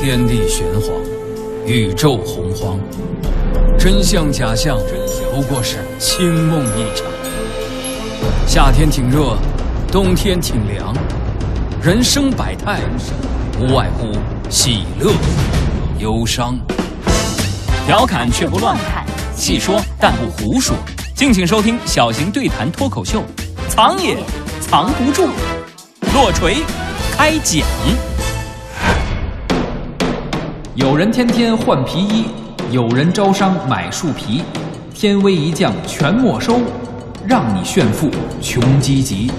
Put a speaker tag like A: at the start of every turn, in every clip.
A: 天地玄黄，宇宙洪荒，真相假象不过是清梦一场。夏天挺热，冬天挺凉，人生百态，无外乎喜乐、忧伤。调侃却不乱侃，细说但不胡说。敬请收听小型对谈脱口秀，《藏也藏不住》，落锤开讲。
B: 有人天天换皮衣，有人招商买树皮，天威一降全没收，让你炫富穷积极。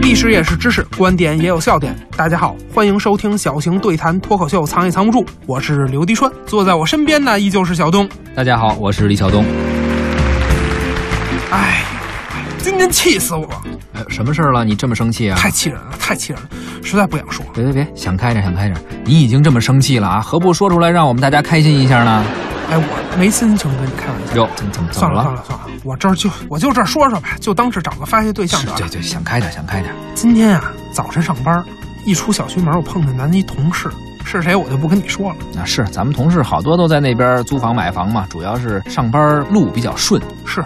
C: 历史也是知识，观点也有笑点。大家好，欢迎收听小型对谈脱口秀《藏也藏不住》，我是刘迪川，坐在我身边呢依旧是小东。
B: 大家好，我是李晓东。
C: 哎，今天气死我了，
B: 哎，什么事儿了？你这么生气啊？
C: 太气人了，太气人了，实在不想说。
B: 别别别，想开点，想开点。你已经这么生气了啊，何不说出来让我们大家开心一下呢？
C: 哎，我没心情跟你开玩笑。
B: 哟，怎么怎么怎
C: 算
B: 么
C: 了算
B: 了？
C: 了算了，我这儿就我就这儿说说吧，就当是找个发泄对象
B: 是
C: 得
B: 对
C: 了。
B: 对，想开点，想开点。
C: 今天啊，早晨上班，一出小区门，我碰见咱一同事，是谁我就不跟你说了。
B: 啊，是咱们同事好多都在那边租房买房嘛，主要是上班路比较顺
C: 是，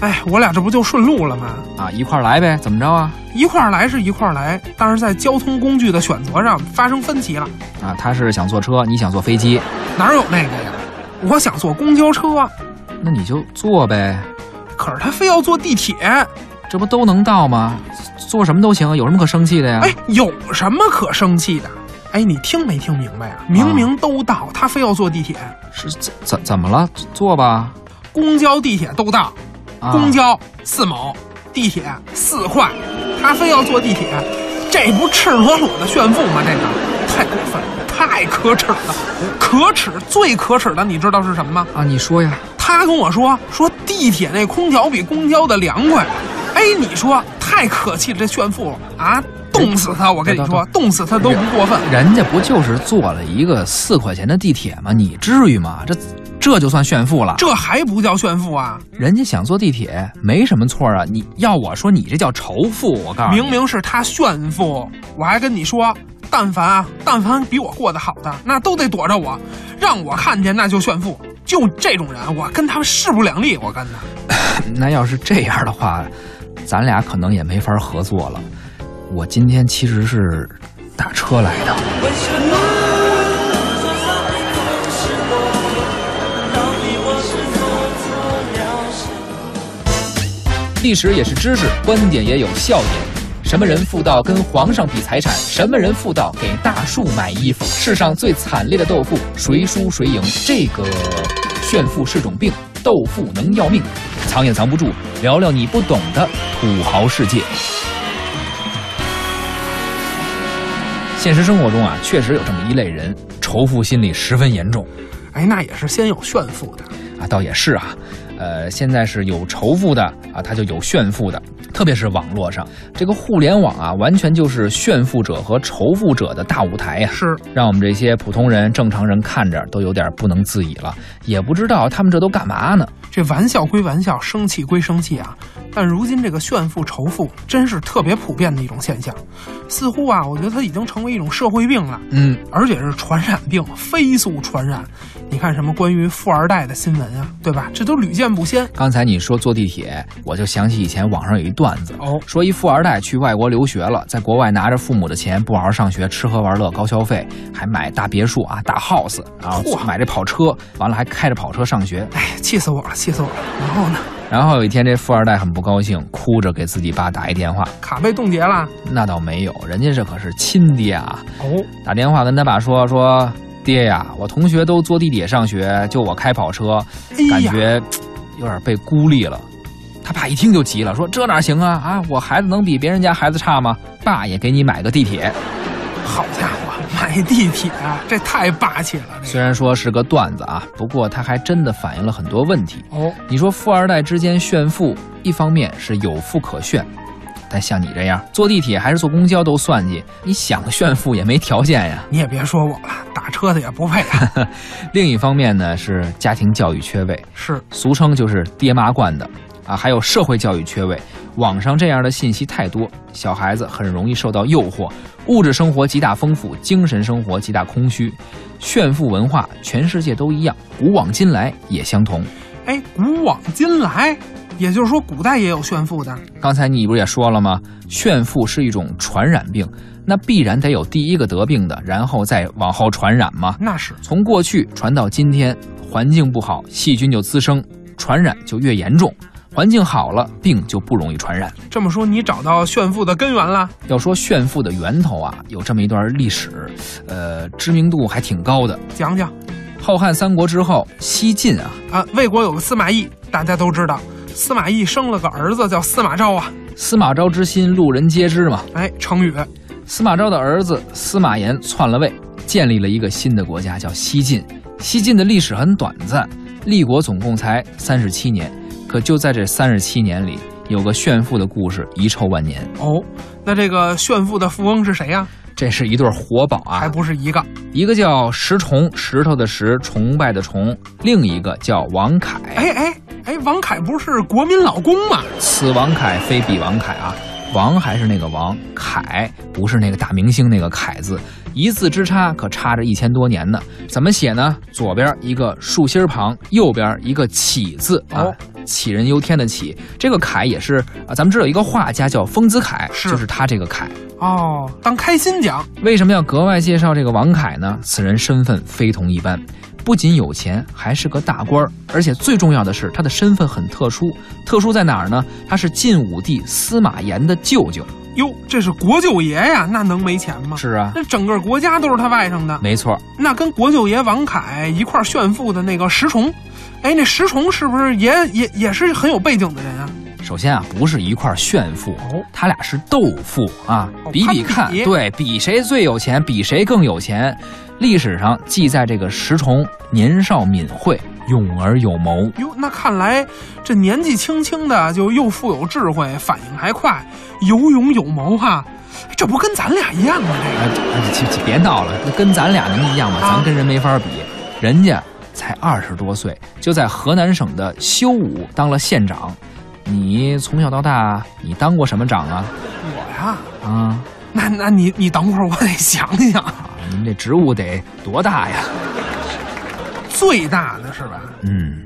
C: 哎，我俩这不就顺路了吗？
B: 啊，一块儿来呗，怎么着啊？
C: 一块儿来是一块儿来，但是在交通工具的选择上发生分歧了。
B: 啊，他是想坐车，你想坐飞机，
C: 哪有那个呀？我想坐公交车，
B: 那你就坐呗，
C: 可是他非要坐地铁。哎
B: 这不都能到吗？做什么都行，有什么可生气的呀？
C: 哎，有什么可生气的？哎，你听没听明白啊？明明都到，他非要坐地铁，
B: 是怎怎怎么了？坐吧。
C: 公交、地铁都到，
B: 啊、
C: 公交四毛，地铁四块，他非要坐地铁，这不赤裸裸的炫富吗？这个太过分了，太可耻了，可耻最可耻的，你知道是什么吗？
B: 啊，你说呀？
C: 他跟我说说地铁那空调比公交的凉快。哎，你说太可气了，这炫富啊！冻死他！我跟你说，冻死他都不过分。
B: 人家不就是坐了一个四块钱的地铁吗？你至于吗？这这就算炫富了。
C: 这还不叫炫富啊！
B: 人家想坐地铁没什么错啊。你要我说，你这叫仇富。我告诉你，
C: 明明是他炫富，我还跟你说，但凡啊，但凡比我过得好的，那都得躲着我，让我看见那就炫富。就这种人，我跟他们势不两立。我跟他，
B: 那要是这样的话，咱俩可能也没法合作了。我今天其实是打车来的。
D: 为什么说好的都是我？到底我是做错了什么？
B: 历史也是知识，观点也有笑点。什么人富到跟皇上比财产？什么人富到给大树买衣服？世上最惨烈的斗富，谁输谁赢？这个炫富是种病，斗富能要命，藏也藏不住。聊聊你不懂的土豪世界。现实生活中啊，确实有这么一类人，仇富心理十分严重。
C: 哎，那也是先有炫富的，
B: 啊，倒也是啊，呃，现在是有仇富的啊，他就有炫富的，特别是网络上，这个互联网啊，完全就是炫富者和仇富者的大舞台呀、
C: 是
B: 让我们这些普通人、正常人看着都有点不能自已了，也不知道他们这都干嘛呢。
C: 这玩笑归玩笑，生气归生气啊，但如今这个炫富仇富真是特别普遍的一种现象，似乎啊，我觉得它已经成为一种社会病了，
B: 嗯，
C: 而且是传染病，飞速传染。你看什么关于富二代的新闻啊，对吧？这都屡见不鲜。
B: 刚才你说坐地铁，我就想起以前网上有一段子，
C: 哦
B: 说一富二代去外国留学了，在国外拿着父母的钱，不好好上学，吃喝玩乐，高消费，还买大别墅啊，大 house，然后
C: 嚯
B: 买这跑车，完了还开着跑车上学，
C: 哎，气死我了，气死我了。然后呢，
B: 然后有一天，这富二代很不高兴，哭着给自己爸打一电话。
C: 卡被冻结了。
B: 那倒没有，人家这可是亲爹啊！
C: 哦，
B: 打电话跟他爸说说，爹呀，我同学都坐地铁上学，就我开跑车，
C: 哎
B: 感
C: 呀，
B: 觉嘖有点被孤立了。他爸一听就急了，说这哪行啊啊！我孩子能比别人家孩子差吗？爸也给你买个地铁。
C: 好家伙，买地铁这太霸气了。这
B: 虽然说是个段子啊，不过他还真的反映了很多问题。
C: 哦，
B: 你说富二代之间炫富，一方面是有富可炫，但像你这样坐地铁还是坐公交都算计，你想炫富也没条件呀。
C: 你也别说我了，打车的也不配 啊。
B: 另一方面呢，是家庭教育缺位，
C: 是，
B: 俗称就是爹妈惯的啊，还有社会教育缺位。网上这样的信息太多，小孩子很容易受到诱惑，物质生活极大丰富，精神生活极大空虚。炫富文化全世界都一样，古往今来也相同。
C: 哎，古往今来，也就是说古代也有炫富的。
B: 刚才你不是也说了吗？炫富是一种传染病，那必然得有第一个得病的，然后再往后传染嘛。
C: 那是，
B: 从过去传到今天，环境不好，细菌就滋生，传染就越严重；环境好了，病就不容易传染。
C: 这么说你找到炫富的根源了？
B: 要说炫富的源头啊，有这么一段历史，呃，知名度还挺高的。
C: 讲讲
B: 后汉三国之后，西晋啊，
C: 啊，魏国有个司马懿，大家都知道，司马懿生了个儿子叫司马昭啊，
B: 司马昭之心，路人皆知嘛。
C: 哎，成语，
B: 司马昭的儿子司马炎篡了位，建立了一个新的国家，叫西晋。西晋的历史很短暂，立国总共才三十七年。可就在这三十七年里，有个炫富的故事遗臭万年。
C: 哦，那这个炫富的富翁是谁呀、
B: 这是一对活宝啊
C: 还，不是一个
B: 一个叫石崇，石头的石，崇拜的崇；另一个叫王凯。
C: 哎哎哎，王凯不是国民老公吗？
B: 此王凯非彼王凯啊，王还是那个王，凯不是那个大明星那个凯字，一字之差可差着一千多年呢。怎么写呢？左边一个竖心旁，右边一个杞字啊
C: 哦，
B: 杞人忧天的杞。这个凯也是啊，咱们知道有一个画家叫丰子恺，
C: 是
B: 就是他这个凯。
C: 哦，当开心讲，
B: 为什么要格外介绍这个王凯呢？此人身份非同一般，不仅有钱，还是个大官儿，而且最重要的是，他的身份很特殊。特殊在哪儿呢？他是晋武帝司马炎的舅舅。
C: 哟，这是国舅爷呀，那能没钱吗？
B: 是啊，
C: 那整个国家都是他外甥的，
B: 没错，
C: 那跟国舅爷王凯一块儿炫富的那个石崇，哎，那石崇是不是也也也是很有背景的人啊？
B: 首先啊，不是一块儿炫富，
C: 哦
B: 他俩是斗富啊
C: 哦，
B: 比比
C: 攀
B: 看，
C: 比
B: 对比谁最有钱，比谁更有钱。历史上记载，这个石崇年少敏慧，勇而有谋。
C: 哟，那看来这年纪轻轻的就又富有智慧，反应还快，有勇有谋哈、哎这不跟咱俩一样吗？这
B: 哎，
C: 个
B: 你去去别闹了，那跟咱俩能一样吗？
C: 啊
B: 咱跟人没法比，人家才二十多岁，就在河南省的修武当了县长。你从小到大，你当过什么长啊？
C: 我呀，
B: 啊，
C: 那那你你等会儿我得想想，啊
B: 你们这职务得多大呀？
C: 最大的是吧？
B: 嗯，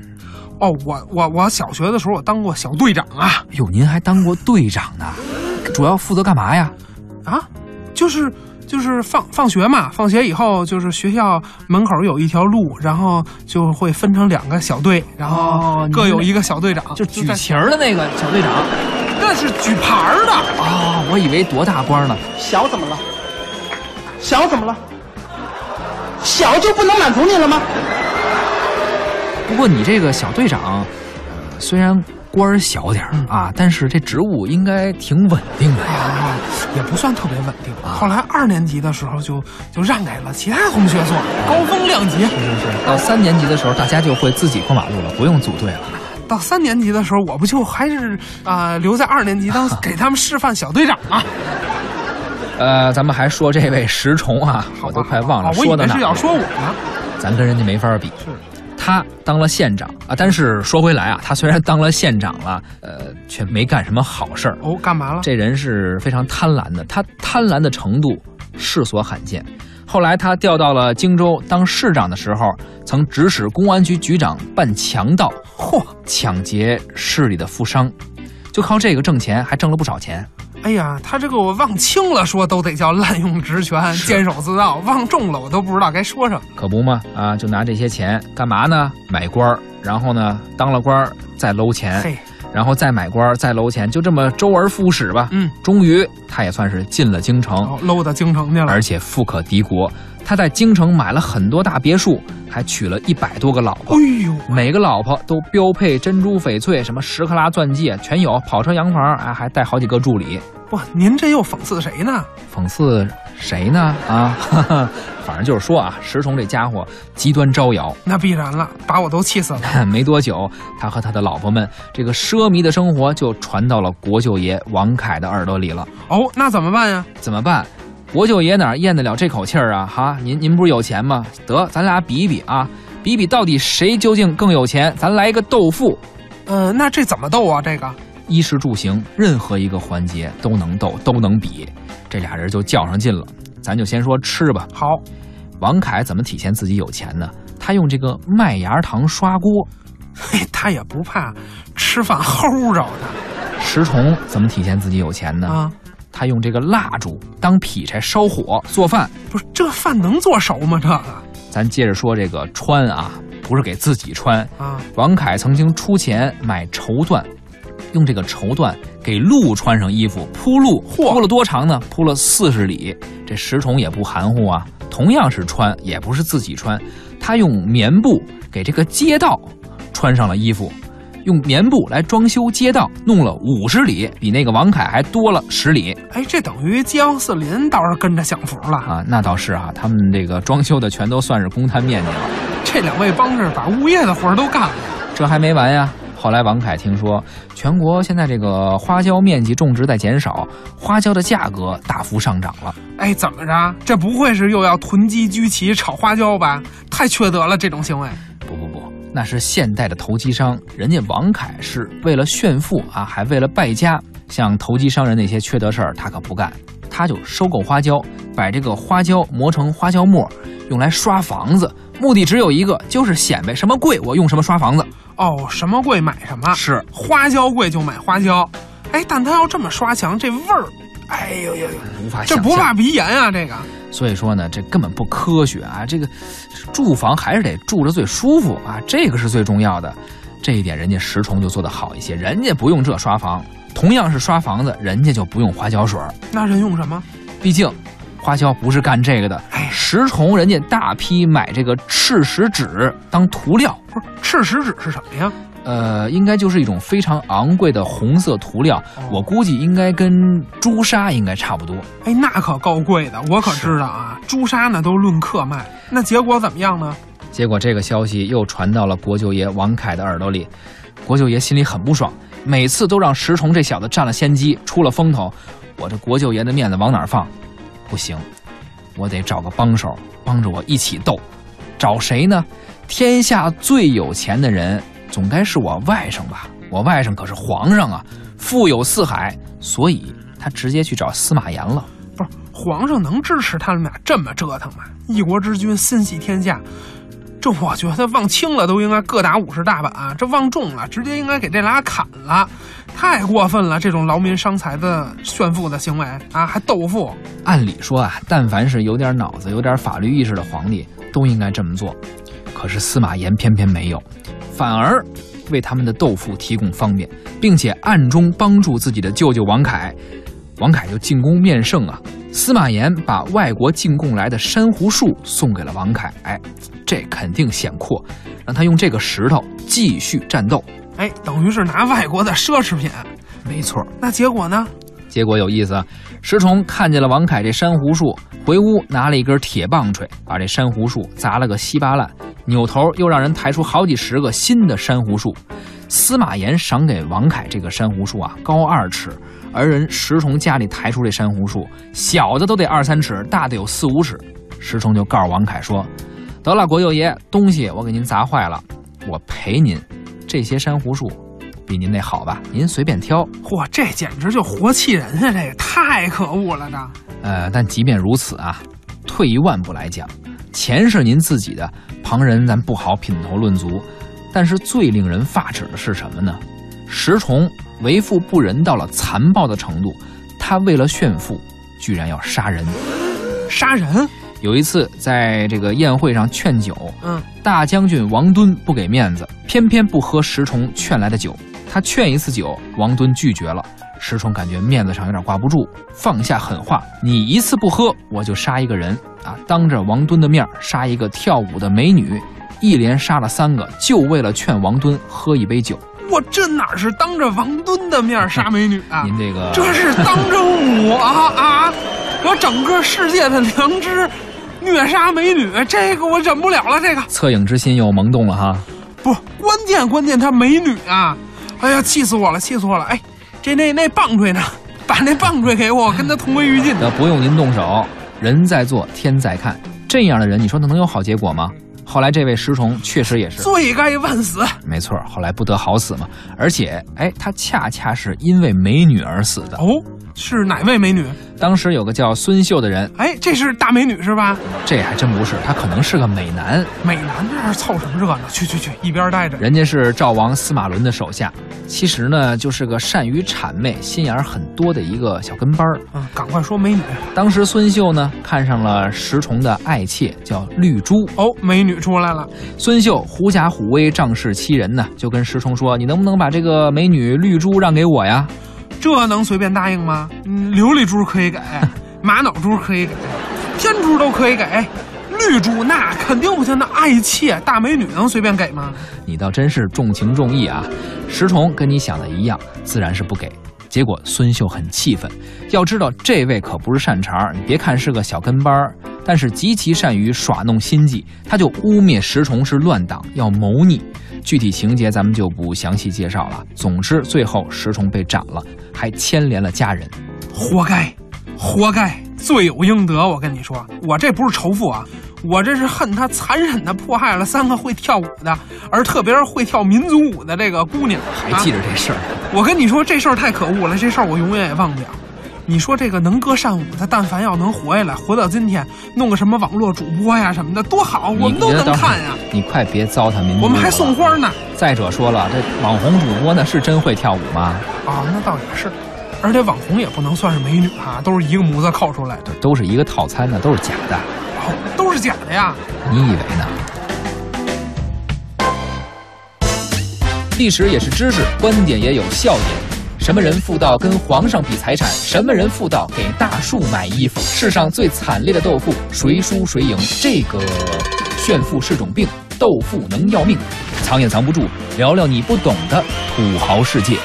C: 哦，我我我小学的时候我当过小队长啊
B: 哟，您还当过队长呢，主要负责干嘛呀？
C: 啊，就是。就是放放学嘛，放学以后就是学校门口有一条路，然后就会分成两个小队，然
B: 哦
C: 后
B: 你
C: 各
B: 是
C: 有
B: 那
C: 一个小队长，
B: 就举
C: 在
B: 旗儿的那个小队长啊、
C: 那是举牌儿的，
E: 啊
B: 我以为多大官呢。
E: 小怎么了？小怎么了？小就不能满足你了吗？
B: 不过你这个小队长，呃，虽然官儿小点儿
E: 嗯
B: 啊，但是这职务应该挺稳定的呀。
C: 啊，也不算特别稳定。
B: 啊
C: 后来二年级的时候就就让给了其他同学做，高风亮节。
E: 嗯
B: 到三年级的时候，大家就会自己过马路了，不用组队了。
C: 到三年级的时候，我不就还是啊、留在二年级当给他们示范小队长吗？
B: 呃，咱们还说这位石崇啊，
C: 好
B: 我
C: 吧
B: 都快忘了
C: 好吧
B: 说到
C: 我以为
B: 哪儿
C: 是
B: 了
C: 要说我呢。
B: 咱跟人家没法比。
C: 是
B: 他当了县长啊，但是说回来啊，他虽然当了县长了，呃，却没干什么好事儿。
C: 哦，干嘛了？
B: 这人是非常贪婪的，他贪婪的程度世所罕见。后来他调到了荆州当市长的时候，曾指使公安局局长办强盗，嚯，抢劫市里的富商，就靠这个挣钱，还挣了不少钱。
C: 哎呀，他这个我忘轻了说都得叫滥用职权、监守自盗，忘重了我都不知道该说什么。
B: 可不嘛，啊，就拿这些钱干嘛呢？买官儿，然后呢，当了官儿再搂钱，
C: 嘿，
B: 然后再买官儿再搂钱，就这么周而复始吧。
C: 嗯，
B: 终于他也算是进了京城，
C: 哦，搂到京城去了
B: 而。且富可敌国。他在京城买了很多大别墅，还娶了一百多个老
C: 哎
B: 婆，
C: 呦，
B: 每个老婆都标配珍珠翡翠，什么十克拉钻戒全有，跑车洋房，啊，还带好几个助理。
C: 哇，您这又讽刺谁呢？
B: 讽刺谁呢？啊， 哈哈，反正就是说啊，石崇这家伙极端招摇。
C: 那必然了，把我都气死了。
B: 没多久，他和他的老婆们这个奢靡的生活就传到了国舅爷王凯的耳朵里了。
C: 哦，那怎么办呀？
B: 怎么办？国舅爷哪儿咽得了这口气儿啊？哈，您您不是有钱吗？得，咱俩比一比啊，比一比到底谁究竟更有钱？咱来一个斗富。
C: 呃，那这怎么斗啊？这个
B: 衣食住行任何一个环节都能斗，都能比，这俩人就较上劲了。咱就先说吃吧，
C: 好，
B: 王凯怎么体现自己有钱呢？他用这个麦芽糖刷锅。
C: 嘿，他也不怕吃饭齁着的
B: 石崇怎么体现自己有钱呢？
C: 啊。
B: 他用这个蜡烛当劈柴烧火做饭。
C: 不是这饭能做熟吗？这个
B: 咱接着说这个穿啊，不是给自己穿。
C: 啊，
B: 王凯曾经出钱买绸缎，用这个绸缎给鹿穿上衣服铺路，
C: 嚯
B: 铺了多长呢？铺了四十里。这石崇也不含糊啊，同样是穿，也不是自己穿，他用棉布给这个街道穿上了衣服。用棉布来装修街道，弄了五十里，比那个王凯还多了十里。
C: 哎，这等于街坊四邻倒是跟着享福了。
B: 啊，那倒是啊，他们这个装修的全都算是公摊面积了。
C: 这两位帮着把物业的活儿都干了。
B: 这还没完呀，后来王凯听说全国现在这个花椒面积种植在减少，花椒的价格大幅上涨了。
C: 哎，怎么着？这不会是又要囤积居奇炒花椒吧？太缺德了，这种行为。
B: 不不不，那是现代的投机商，人家王凯是为了炫富啊，还为了败家。像投机商人那些缺德事儿，他可不干，他就收购花椒，把这个花椒磨成花椒末，用来刷房子。目的只有一个，就是显摆什么贵我用什么刷房子。
C: 哦，什么贵买什么，
B: 是
C: 花椒贵就买花椒。哎，但他要这么刷墙，这味儿，哎呦呦呦，
B: 无法
C: 这
B: 想
C: 不
B: 象。
C: 怕鼻炎啊？这个
B: 所以说呢，这根本不科学啊！这个住房还是得住着最舒服啊，这个是最重要的。这一点人家石崇就做得好一些，人家不用这刷房，同样是刷房子，人家就不用花椒水儿。
C: 那人用什么？
B: 毕竟花椒不是干这个的
C: 哎，
B: 石崇人家大批买这个赤石纸当涂料，
C: 不是赤石脂是什么呀？
B: 呃，应该就是一种非常昂贵的红色涂料，我估计应该跟朱砂应该差不多。
C: 哎，那可够贵的，我可知道啊。朱砂那都论克卖，那结果怎么样呢？
B: 结果这个消息又传到了国舅爷王凯的耳朵里，国舅爷心里很不爽，每次都让石崇这小子占了先机，出了风头，我这国舅爷的面子往哪儿放？不行，我得找个帮手，帮着我一起斗。找谁呢？天下最有钱的人，总该是我外甥吧？我外甥可是皇上啊，富有四海，所以他直接去找司马炎了。
C: 不是皇上能支持他们俩这么折腾吗？一国之君，心系天下。这我觉得往轻了都应该各打五十大板、啊这往重了直接应该给这俩砍了，太过分了！这种劳民伤财的炫富的行为啊，还斗富，
B: 按理说啊，但凡是有点脑子、有点法律意识的皇帝，都应该这么做。可是司马炎偏偏没有，反而为他们的豆腐提供方便，并且暗中帮助自己的舅舅王凯。王凯就进宫面圣啊，司马炎把外国进贡来的珊瑚树送给了王凯，哎，这肯定显阔，让他用这个石头继续战斗。
C: 哎，等于是拿外国的奢侈品。
B: 没错，
C: 那结果呢？
B: 结果有意思，啊，石崇看见了王凯这珊瑚树，回屋拿了一根铁棒槌，把这珊瑚树砸了个稀巴烂，扭头又让人抬出好几十个新的珊瑚树。司马炎赏给王凯这个珊瑚树啊，高二尺，而人石崇家里抬出这珊瑚树，小的都得二三尺，大的有四五尺。石崇就告诉王凯说：“得了，国舅爷，东西我给您砸坏了，我赔您。这些珊瑚树比您那好吧，您随便挑。”
C: 嚯，这简直就活气人啊！这个太可恶了，这
B: 呃，但即便如此啊，退一万步来讲，钱是您自己的，旁人咱不好品头论足。但是最令人发指的是什么呢？石崇为富不仁到了残暴的程度，他为了炫富，居然要杀人。
C: 杀人！
B: 有一次在这个宴会上劝酒，
C: 嗯，
B: 大将军王敦不给面子，偏偏不喝石崇劝来的酒。他劝一次酒，王敦拒绝了。石崇感觉面子上有点挂不住，放下狠话：“你一次不喝，我就杀一个人啊！”当着王敦的面杀一个跳舞的美女，一连杀了三个，就为了劝王敦喝一杯酒。
C: 我这哪是当着王敦的面杀美女啊？
B: 您这个
C: 这是当着我啊啊！我整个世界的良知虐杀美女，这个我忍不了了。这个
B: 恻隐之心又萌动了哈。
C: 不关键，关键她美女啊！哎呀，气死我了，气死我了！哎，这那那棒槌呢？把那棒槌给我，我跟她同归于尽的。
B: 那不用您动手，人在做天在看，这样的人，你说他能有好结果吗？后来这位石崇确实也是，
C: 罪该万死。
B: 没错，后来不得好死嘛。而且，哎，他恰恰是因为美女而死的。
C: 哦，是哪位美女？
B: 当时有个叫孙秀的人，
C: 哎，这是大美女是吧？
B: 这还真不是，他可能是个美男，
C: 美男这儿凑什么热闹？去去去，一边待着。
B: 人家是赵王司马伦的手下，其实呢就是个善于谄媚、心眼儿很多的一个小跟班儿。
C: 嗯，赶快说美女。
B: 当时孙秀呢看上了石崇的爱妾，叫绿珠。
C: 哦，美女出来了。
B: 孙秀狐假虎威，仗势欺人呢，就跟石崇说：“你能不能把这个美女绿珠让给我呀？”
C: 这能随便答应吗？嗯，琉璃珠可以 改，玛瑙珠可以改，天珠都可以改，绿珠那肯定不行。那爱妾大美女能随便给吗？
B: 你倒真是重情重义啊！石崇跟你想的一样，自然是不给。结果孙秀很气愤，要知道这位可不是善茬儿，你别看是个小跟班儿，但是极其善于耍弄心计，他就污蔑石崇是乱党，要谋逆。具体情节咱们就不详细介绍了。总之，最后石崇被斩了，还牵连了家人。
C: 活该，活该，罪有应得。我跟你说，我这不是仇富啊，我这是恨他残忍的迫害了三个会跳舞的，而特别是会跳民族舞的这个姑娘。
B: 还记
C: 啊
B: 着这事儿？
C: 我跟你说，这事儿太可恶了，这事儿我永远也忘不了。你说这个能歌善舞的，但凡要能活下来，活到今天，弄个什么网络主播呀什么的，多好，
B: 你
C: 我们都
B: 你这
C: 能
B: 倒是
C: 看呀。
B: 你快别糟蹋民族
C: 我们还
B: 了
C: 送花呢。
B: 再者说了，这网红主播呢是真会跳舞吗？
C: 啊，那倒也是。而且网红也不能算是美女啊，都是一个模子扣出来的，
B: 这都是一个套餐呢，都是假的。
C: 哦都是假的呀。
B: 你以为呢？历史也是知识，观点也有笑点。什么人妇道跟皇上比财产？什么人妇道给大树买衣服？世上最惨烈的斗富，谁输谁赢？这个炫富是种病，斗富能要命，藏也藏不住。聊聊你不懂的土豪世界。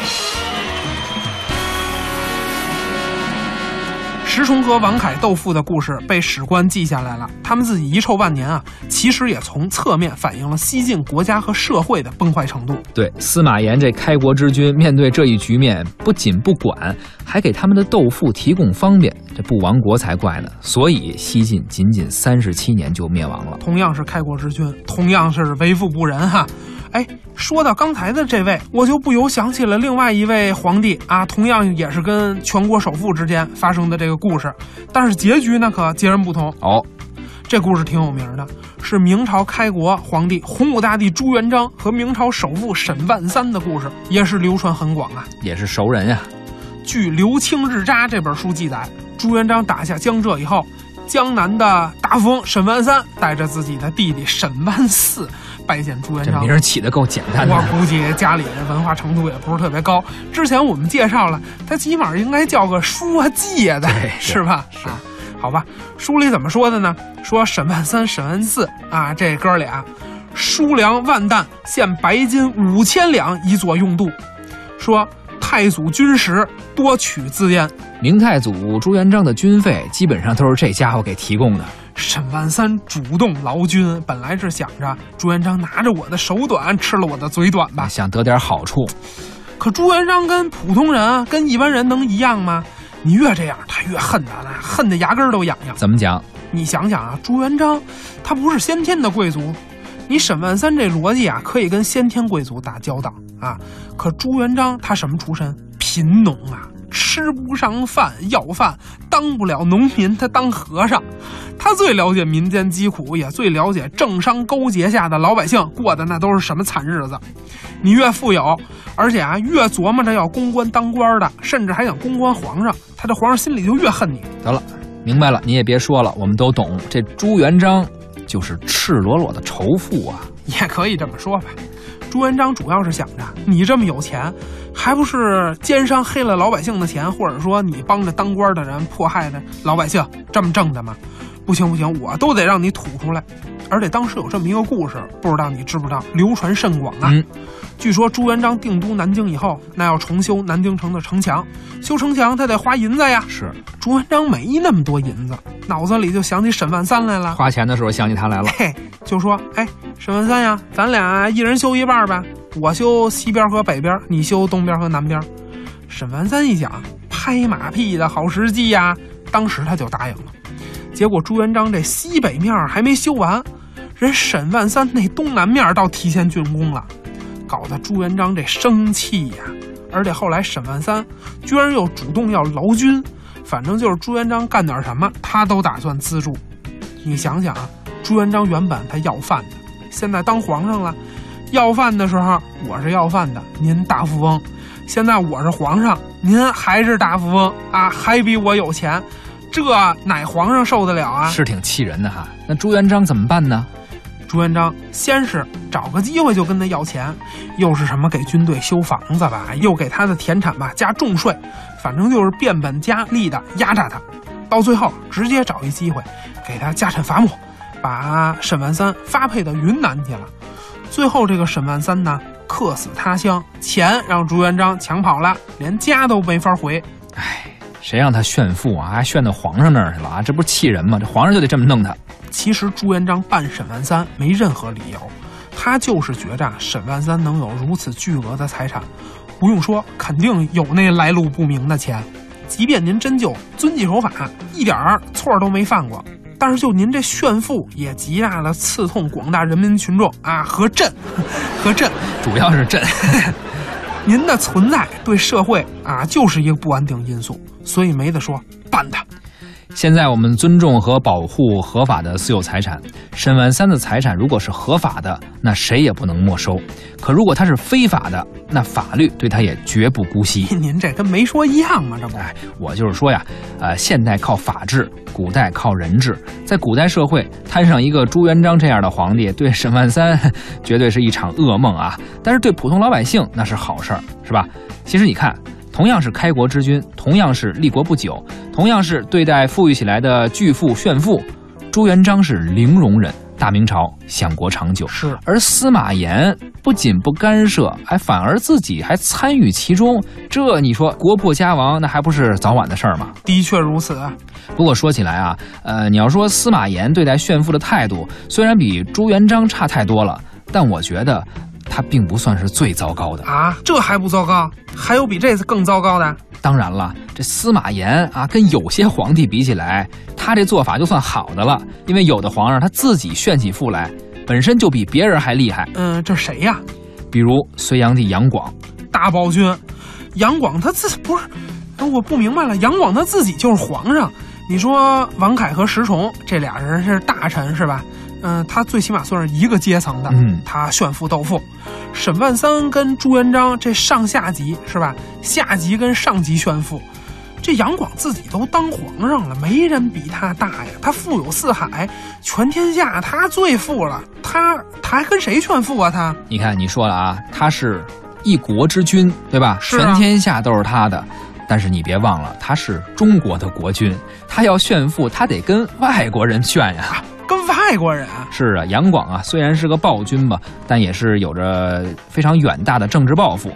C: 石崇和王凯斗富的故事被史官记下来了，他们自己遗臭万年啊，其实也从侧面反映了西晋国家和社会的崩坏程度。
B: 对，司马炎这开国之君，面对这一局面，不仅不管，还给他们的豆腐提供方便，这不亡国才怪呢。所以西晋仅仅三十七年就灭亡了。
C: 同样是开国之君，同样是为富不仁哈。哎，说到刚才的这位，我就不由想起了另外一位皇帝啊，同样也是跟全国首富之间发生的这个故事，但是结局那可截然不同。
B: 哦，
C: 这故事挺有名的，是明朝开国皇帝洪武大帝朱元璋和明朝首富沈万三的故事，也是流传很广啊。
B: 也是熟人呀、
C: 据《刘清日札》这本书记载，朱元璋打下江浙以后，江南的大风沈万三带着自己的弟弟沈万四拜见朱元
B: 这
C: 璋
B: 名。儿起的够简单的
C: 我。估计家里的文化程度也不是特别高。之前我们介绍了，他起码应该叫个书啊记啊的
B: 对，
C: 是吧？是、啊，好吧。书里怎么说的呢？说沈万三、沈万四啊，这哥俩，输粮万担，现白金五千两以佐用度。说太祖军时多取自焉，
B: 明太祖朱元璋的军费基本上都是这家伙给提供的。
C: 沈万三主动劳军，本来是想着朱元璋拿着我的手短吃了我的嘴短吧。
B: 想得点好处，
C: 可朱元璋跟普通人、啊跟一般人能一样吗？你越这样，他越恨他，那恨得牙根儿都痒痒。
B: 怎么讲？
C: 你想想啊，朱元璋他不是先天的贵族，你沈万三这逻辑啊，可以跟先天贵族打交道啊。可朱元璋他什么出身？贫农啊，吃不上饭，要饭当不了农民，他当和尚。他最了解民间疾苦，也最了解政商勾结下的老百姓过的那都是什么惨日子。你越富有，而且啊越琢磨着要公关当官的，甚至还想公关皇上，他这皇上心里就越恨你。
B: 得了，明白了，你也别说了，我们都懂。这朱元璋就是赤裸裸的仇富啊！
C: 也可以这么说吧。朱元璋主要是想着，你这么有钱，还不是奸商黑了老百姓的钱，或者说你帮着当官的人迫害的老百姓，这么挣的吗？不行不行，我都得让你吐出来。而且当时有这么一个故事，不知道你知不知道，流传甚广啊。
B: 嗯
C: 据说朱元璋定都南京以后，那要重修南京城的城墙，修城墙他得花银子呀。
B: 是
C: 朱元璋没那么多银子，脑子里就想起沈万三来了。
B: 花钱的时候想起他来了。
C: 嘿，就说，哎，沈万三呀，咱俩一人修一半吧，我修西边和北边，你修东边和南边。沈万三一想，拍马屁的好时机呀，当时他就答应了。结果朱元璋这西北面还没修完，人沈万三那东南面倒提前竣工了，搞得朱元璋这生气呀、而且后来沈万三居然又主动要劳军，反正就是朱元璋干点什么，他都打算资助。你想想啊，朱元璋原本他要饭的，现在当皇上了，要饭的时候啊我是要饭的，您大富翁；现在我是皇上，您还是大富翁啊，还比我有钱，这哪皇上受得了啊？
B: 是挺气人的哈。那朱元璋怎么办呢？
C: 朱元璋先是找个机会就跟他要钱，又是什么给军队修房子吧，又给他的田产吧加重税，反正就是变本加厉的压榨他。到最后，直接找一机会给他家产伐木，把沈万三发配到云南去了。最后，这个沈万三呢，客死他乡，钱让朱元璋抢跑了，连家都没法回。
B: 谁让他炫富啊？还炫到皇上那儿去了啊？这不是气人吗？这皇上就得这么弄他。
C: 其实朱元璋办沈万三没任何理由，他就是觉着沈万三能有如此巨额的财产，不用说，肯定有那来路不明的钱。即便您真就遵纪守法，一点儿错儿都没犯过，但是就您这炫富，也极大的刺痛广大人民群众啊和朕， 和朕，
B: 主要是朕，
C: 您的存在对社会啊就是一个不安定因素，所以没得说，办他。
B: 现在我们尊重和保护合法的私有财产。沈万三的财产如果是合法的，那谁也不能没收；可如果他是非法的，那法律对他也绝不姑息。
C: 您这跟没说一样嘛，这不。
B: 哎，我就是说呀，呃，现代靠法治，古代靠人治。在古代社会，摊上一个朱元璋这样的皇帝，对沈万三 绝对是一场噩梦啊！但是对普通老百姓那是好事儿，是吧？其实你看，同样是开国之君，同样是立国不久，同样是对待富裕起来的巨富炫富，朱元璋是零容忍，大明朝享国长久。
C: 是
B: 而司马炎不仅不干涉，还反而自己还参与其中，这你说国破家亡，那还不是早晚的事儿吗？
C: 的确如此，啊
B: 不过说起来啊，呃，你要说司马炎对待炫富的态度，虽然比朱元璋差太多了，但我觉得他并不算是最糟糕的。
C: 啊，这还不糟糕？还有比这次更糟糕的？
B: 当然了，这司马炎啊，跟有些皇帝比起来，他这做法就算好的了，因为有的皇上他自己炫起富来，本身就比别人还厉害。
C: 嗯，这谁呀、
B: 比如隋炀帝杨广，
C: 大暴君，杨广他自不是，我不明白了，杨广他自己就是皇上。你说王凯和石崇这俩人是大臣是吧？嗯、他最起码算是一个阶层的，
B: 嗯
C: 他炫富斗富。沈万三跟朱元璋这上下级是吧？下级跟上级炫富，这杨广自己都当皇上了，没人比他大呀。他富有四海，全天下他最富了，他他还跟谁炫富啊？他
B: 你看你说了啊，他是一国之君，对吧？
C: 是啊
B: 全天下都是他的。但是你别忘了，他是中国的国君，他要炫富，他得跟外国人炫呀、
C: 跟外国人啊。
B: 是啊，杨广啊，虽然是个暴君吧，但也是有着非常远大的政治抱负。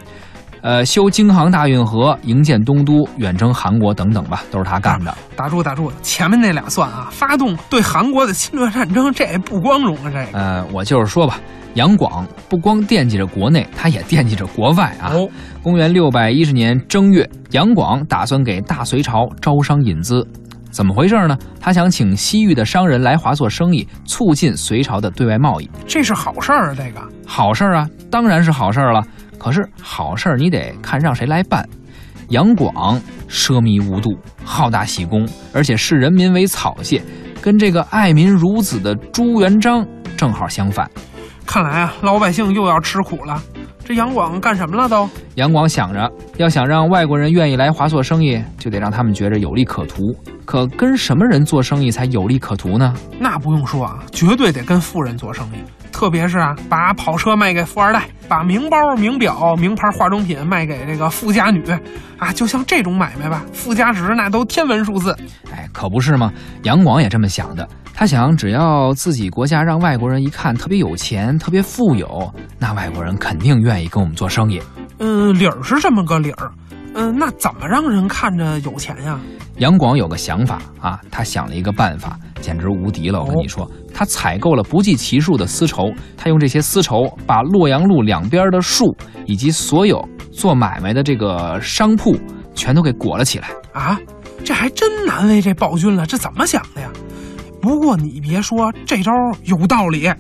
B: 呃，修京杭大运河、营建东都、远征韩国等等吧，都是他干的。
C: 打住打住，前面那俩算啊！发动对韩国的侵略战争，这也不光荣啊！这个
B: 呃，我就是说吧，杨广不光惦记着国内，他也惦记着国外啊。
C: 哦，
B: 公元六百一十年正月，杨广打算给大隋朝招商引资，怎么回事呢？他想请西域的商人来华做生意，促进隋朝的对外贸易。
C: 这是好事儿啊！这个
B: 好事儿啊，当然是好事儿了。可是好事儿你得看让谁来办。杨广奢靡无度，好大喜功，而且视人民为草芥，跟这个爱民如子的朱元璋正好相反。
C: 看来啊，老百姓又要吃苦了。这杨广干什么了都？
B: 杨广想着，要想让外国人愿意来华做生意，就得让他们觉着有利可图。可跟什么人做生意才有利可图呢？
C: 那不用说啊，绝对得跟富人做生意，特别是啊，把跑车卖给富二代，把名包、名表、名牌化妆品卖给这个富家女，啊，就像这种买卖吧，附加值那都天文数字。
B: 哎，可不是吗？杨广也这么想的。他想，只要自己国家让外国人一看特别有钱、特别富有，那外国人肯定愿意跟我们做生意。
C: 嗯，理儿是这么个理儿。嗯，那怎么让人看着有钱啊呀、
B: 杨广有个想法啊，他想了一个办法，简直无敌了！我跟你说，他采购了不计其数的丝绸，他用这些丝绸把洛阳路两边的树以及所有做买卖的这个商铺全都给裹了起来。
C: 啊，这还真难为这暴君了，这怎么想的呀？不过你别说，这招有道理。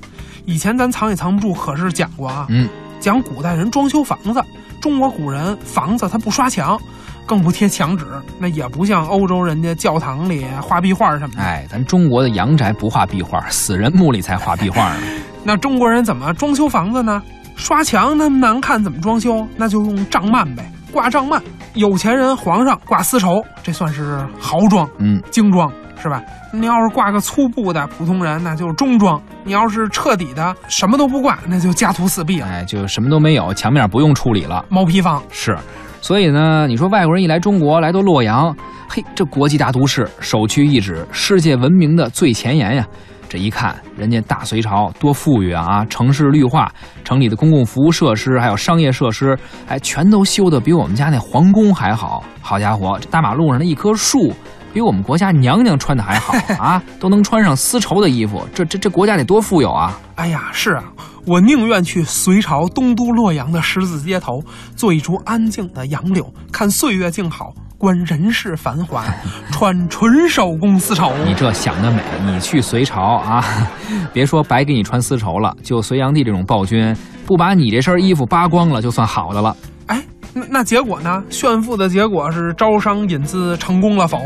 C: 以前咱藏也藏不住，可是讲过啊，
B: 嗯，
C: 讲古代人装修房子，中国古人房子他不刷墙，更不贴墙纸，那也不像欧洲人家教堂里画壁画什么的。
B: 哎，咱中国的阳宅不画壁画，死人墓里才画壁画呢。
C: 那中国人怎么装修房子呢？刷墙那么难看，怎么装修？那就用帐幔呗，挂帐幔。有钱人皇上挂丝绸，这算是豪装。
B: 嗯，
C: 精装是吧？你要是挂个粗布的普通人，那就是中装；你要是彻底的什么都不挂，那就家徒四壁了，
B: 哎，就什么都没有，墙面不用处理了。
C: 毛坯房。
B: 是，所以呢，你说外国人一来中国，来到洛阳，嘿，这国际大都市，首屈一指，世界文明的最前沿呀。这一看，人家大隋朝多富裕啊！城市绿化，城里的公共服务设施还有商业设施，哎，全都修得比我们家那皇宫还好。好家伙，这大马路上的一棵树，比我们国家娘娘穿的还好啊！ 都能穿上丝绸的衣服，这这这国家得多富有啊！
C: 哎呀，是啊，我宁愿去隋朝东都洛阳的十字街头，做一株安静的杨柳，看岁月静好，观人世繁华，穿纯手工丝绸。
B: 你这想得美！你去隋朝啊， 别说白给你穿丝绸了，就隋炀帝这种暴君，不把你这身衣服扒光了，就算好的了。
C: 哎，那那结果呢？炫富的结果是招商引资成功了否？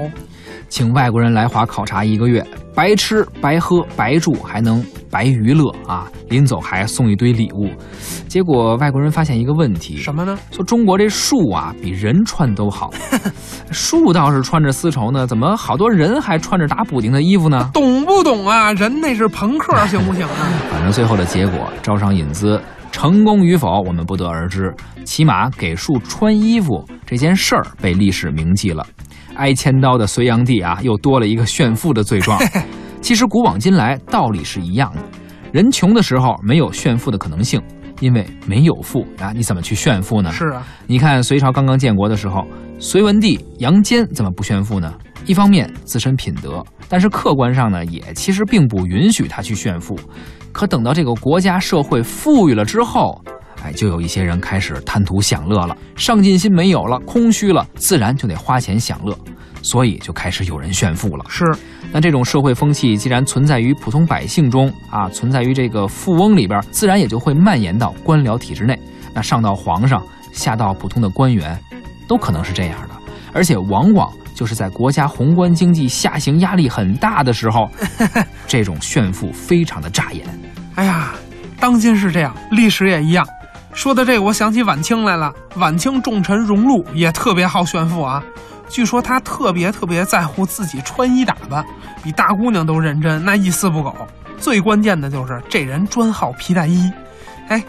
B: 请外国人来华考察一个月，白吃白喝白住，还能白娱乐啊！临走还送一堆礼物。结果外国人发现一个问题，
C: 什么呢？
B: 说中国这树啊，比人穿都好。树倒是穿着丝绸呢，怎么好多人还穿着打补丁的衣服呢？
C: 懂不懂啊？人那是朋克，行不行啊？
B: 反正最后的结果，招商引资成功与否，我们不得而知。起码给树穿衣服这件事儿被历史铭记了。挨千刀的隋炀帝啊，又多了一个炫富的罪状。其实古往今来道理是一样的，人穷的时候没有炫富的可能性，因为没有富啊，你怎么去炫富呢？
C: 是啊，
B: 你看隋朝刚刚建国的时候，隋文帝杨坚怎么不炫富呢？一方面自身品德，但是客观上呢，也其实并不允许他去炫富。可等到这个国家社会富裕了之后，哎，就有一些人开始贪图享乐了，上进心没有了，空虚了，自然就得花钱享乐，所以就开始有人炫富了。
C: 是。
B: 那这种社会风气既然存在于普通百姓中啊，存在于这个富翁里边，自然也就会蔓延到官僚体制内。那上到皇上，下到普通的官员，都可能是这样的。而且往往就是在国家宏观经济下行压力很大的时候，这种炫富非常的扎眼。
C: 哎呀，当今是这样，历史也一样。说到这个，我想起晚清来了。晚清重臣荣禄也特别好炫富啊，据说他特别特别在乎自己穿衣打扮，比大姑娘都认真，那一丝不苟。最关键的就是这人专好皮带衣。哎，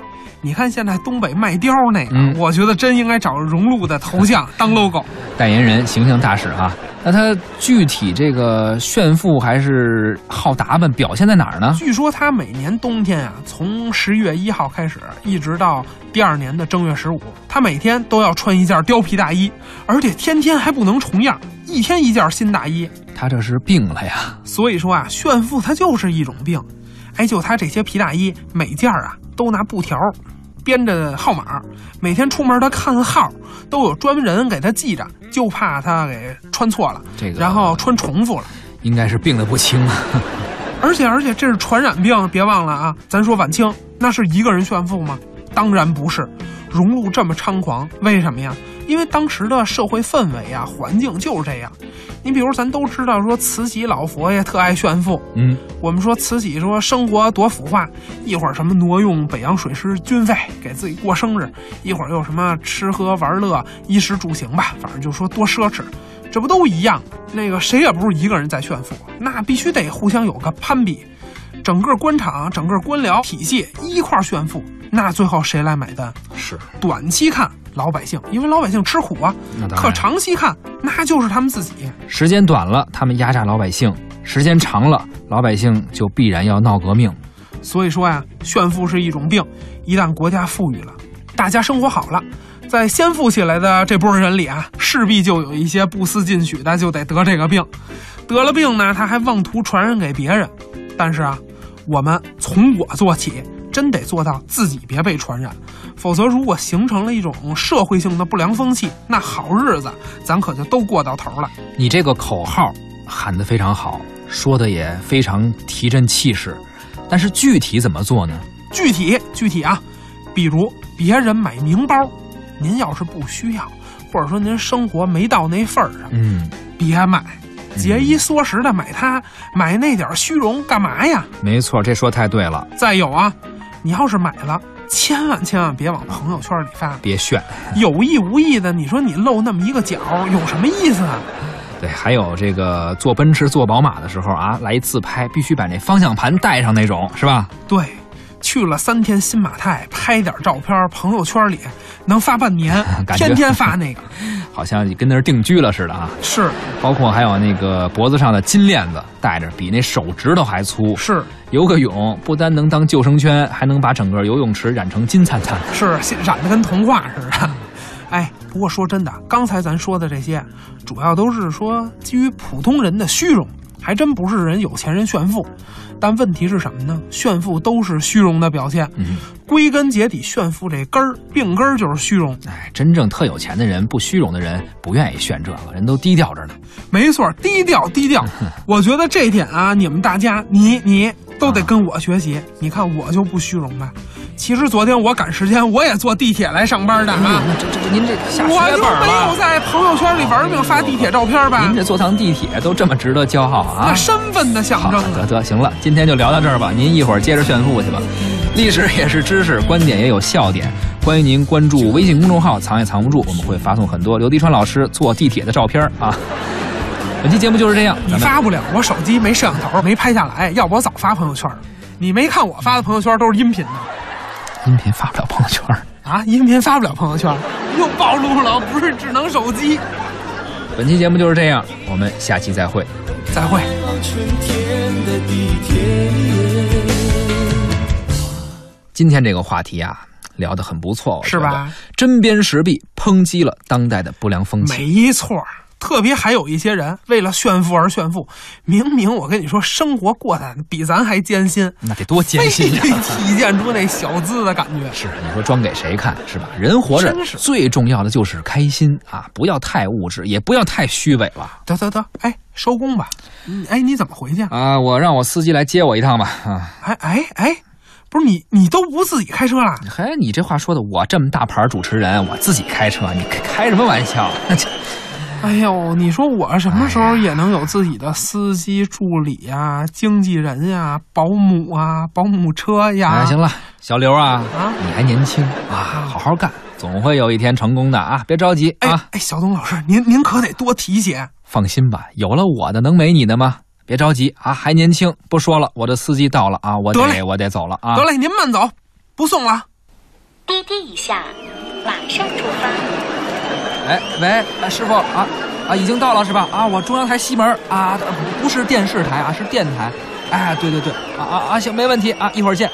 C: 你看现在东北卖貂那个，
B: 嗯
C: 我觉得真应该找荣禄的头像当 logo。
B: 代言人形象大使啊，那他具体这个炫富还是好打扮表现在哪儿呢？
C: 据说他每年冬天啊，从十月一号开始，一直到第二年的正月十五，他每天都要穿一件貂皮大衣，而且天天还不能重样，一天一件新大衣。
B: 他这是病了呀！
C: 所以说啊，炫富它就是一种病。哎，就他这些皮大衣，每件啊都拿布条编着号码，每天出门他看号，都有专门人给他记着，就怕他给穿错了，
B: 这个
C: 然后穿重复了。
B: 应该是病得不轻啊。
C: 而且而且这是传染病，别忘了啊！咱说晚清，那是一个人炫富吗？当然不是，荣禄这么猖狂，为什么呀？因为当时的社会氛围啊，环境就是这样。你比如咱都知道说慈禧老佛爷特爱炫富，
B: 嗯，
C: 我们说慈禧说生活多腐化，一会儿什么挪用北洋水师军费给自己过生日，一会儿又什么吃喝玩乐、衣食住行吧，反正就说多奢侈，这不都一样？那个谁也不是一个人在炫富，那必须得互相有个攀比，整个官场、整个官僚体系一块儿炫富，那最后谁来买单？
B: 是
C: 短期看老百姓，因为老百姓吃苦啊
B: 那，当然
C: 可长期看那就是他们自己。
B: 时间短了，他们压榨老百姓；时间长了，老百姓就必然要闹革命。
C: 所以说呀，炫富是一种病，一旦国家富裕了，大家生活好了，在先富起来的这波人里啊，势必就有一些不思进取的就得得这个病，得了病呢，他还妄图传染给别人。但是啊，我们从我做起，真得做到自己别被传染，否则如果形成了一种社会性的不良风气，那好日子咱可就都过到头了。
B: 你这个口号喊得非常好，说的也非常提振气势。但是具体怎么做呢？
C: 具体具体啊，比如别人买名包，您要是不需要，或者说您生活没到那份儿上，
B: 嗯，
C: 别买，节衣缩食的买它，买那点儿虚荣干嘛呀？
B: 没错，这说太对了，
C: 再有啊，你要是买了，千万千万别往朋友圈里发，
B: 别炫。
C: 有意无意的，你说你露那么一个角，有什么意思啊？
B: 对，还有这个坐奔驰、坐宝马的时候啊，来一自拍，必须把那方向盘带上那种，是吧？，
C: 对，去了三天新马泰，拍点照片，朋友圈里能发半年
B: 感觉
C: 天天发那个，
B: 好像跟那儿定居了似的啊。
C: 是
B: 包括还有那个脖子上的金链子，戴着比那手指头还粗。
C: 是
B: 游个泳不单能当救生圈，还能把整个游泳池染成金灿灿的。
C: 是，染的跟童话似的。哎，不过说真的，刚才咱说的这些，主要都是说基于普通人的虚荣，还真不是人有钱人炫富。但问题是什么呢？炫富都是虚荣的表现。归根结底，炫富这根儿病根儿就是虚荣。
B: 哎，真正特有钱的人，不虚荣的人，不愿意炫这个，人都低调着呢。
C: 没错，低调低调。我觉得这一点啊，你们大家，你你都得跟我学习。你看我就不虚荣吧。其实昨天我赶时间，我也坐地铁来上班的啊，
B: 那这这这您这下
C: 我
B: 血
C: 就
B: 本儿
C: 没有
B: 了。
C: 在朋友圈里玩命发地铁照片吧
B: 您。这坐趟地铁都这么值得骄傲啊！
C: 那身份的象
B: 好，
C: 征
B: 得
C: 啊，
B: 得，行了，今天就聊到这儿吧。您一会儿接着炫富去吧。历史也是知识，观点也有笑点。欢迎您关注微信公众号“藏也藏不住”，我们会发送很多刘迪川老师坐地铁的照片儿啊。本期节目就是这样，
C: 你
B: 咱们
C: 发不了，我手机没摄像头，没拍下来，要不我早发朋友圈了。你没看我发的朋友圈都是音频的
B: 音频发不了朋友圈儿。
C: 啊？音频发不了 朋友圈，又暴露了，不是智能手机。
B: 本期节目就是这样，我们下期再会。
C: 再会。
D: 到春天的地铁。
B: 今天这个话题啊，聊得很不错，我觉
C: 是吧
B: 得？针砭时弊，抨击了当代的不良风气。
C: 没错儿，特别还有一些人为了炫富而炫富，明明我跟你说，生活过得比咱还艰辛，
B: 那得多艰辛啊呀、
C: 非得体现出那小资的感觉。
B: 是啊你说装给谁看是吧？人活着
C: 真是
B: 最重要的就是开心啊，不要太物质，也不要太虚伪了
C: 得得得，哎，收工吧。嗯哎，你怎么回去啊？
B: 啊！我让我司机来接我一趟吧啊！
C: 哎哎哎，不是你，你都不自己开车了？
B: 嘿，你这话说的，我这么大牌主持人，我自己开车，你开开什么 玩笑？这
C: 哎呦，你说我什么时候也能有自己的司机助理呀、经纪人呀、保姆啊、保姆车呀？
B: 哎，行了，小刘啊，
C: 啊
B: 你还年轻啊，好好干，总会有一天成功的啊！别着急
C: 哎、
B: 啊，
C: 哎，小东老师，您您可得多提携。
B: 放心吧，有了我的能没你的吗？别着急啊，还年轻。不说了，我的司机到了啊，我
C: 得嘞
B: 得我得走了啊。
C: 得嘞，您慢走，不送了。
F: 滴滴一下，马上出发。
B: 哎喂，哎师傅啊啊，已经到了是吧？啊，我中央台西门儿啊，不是电视台啊，是电台。哎，对对对，啊啊啊，行，没问题啊，一会儿见。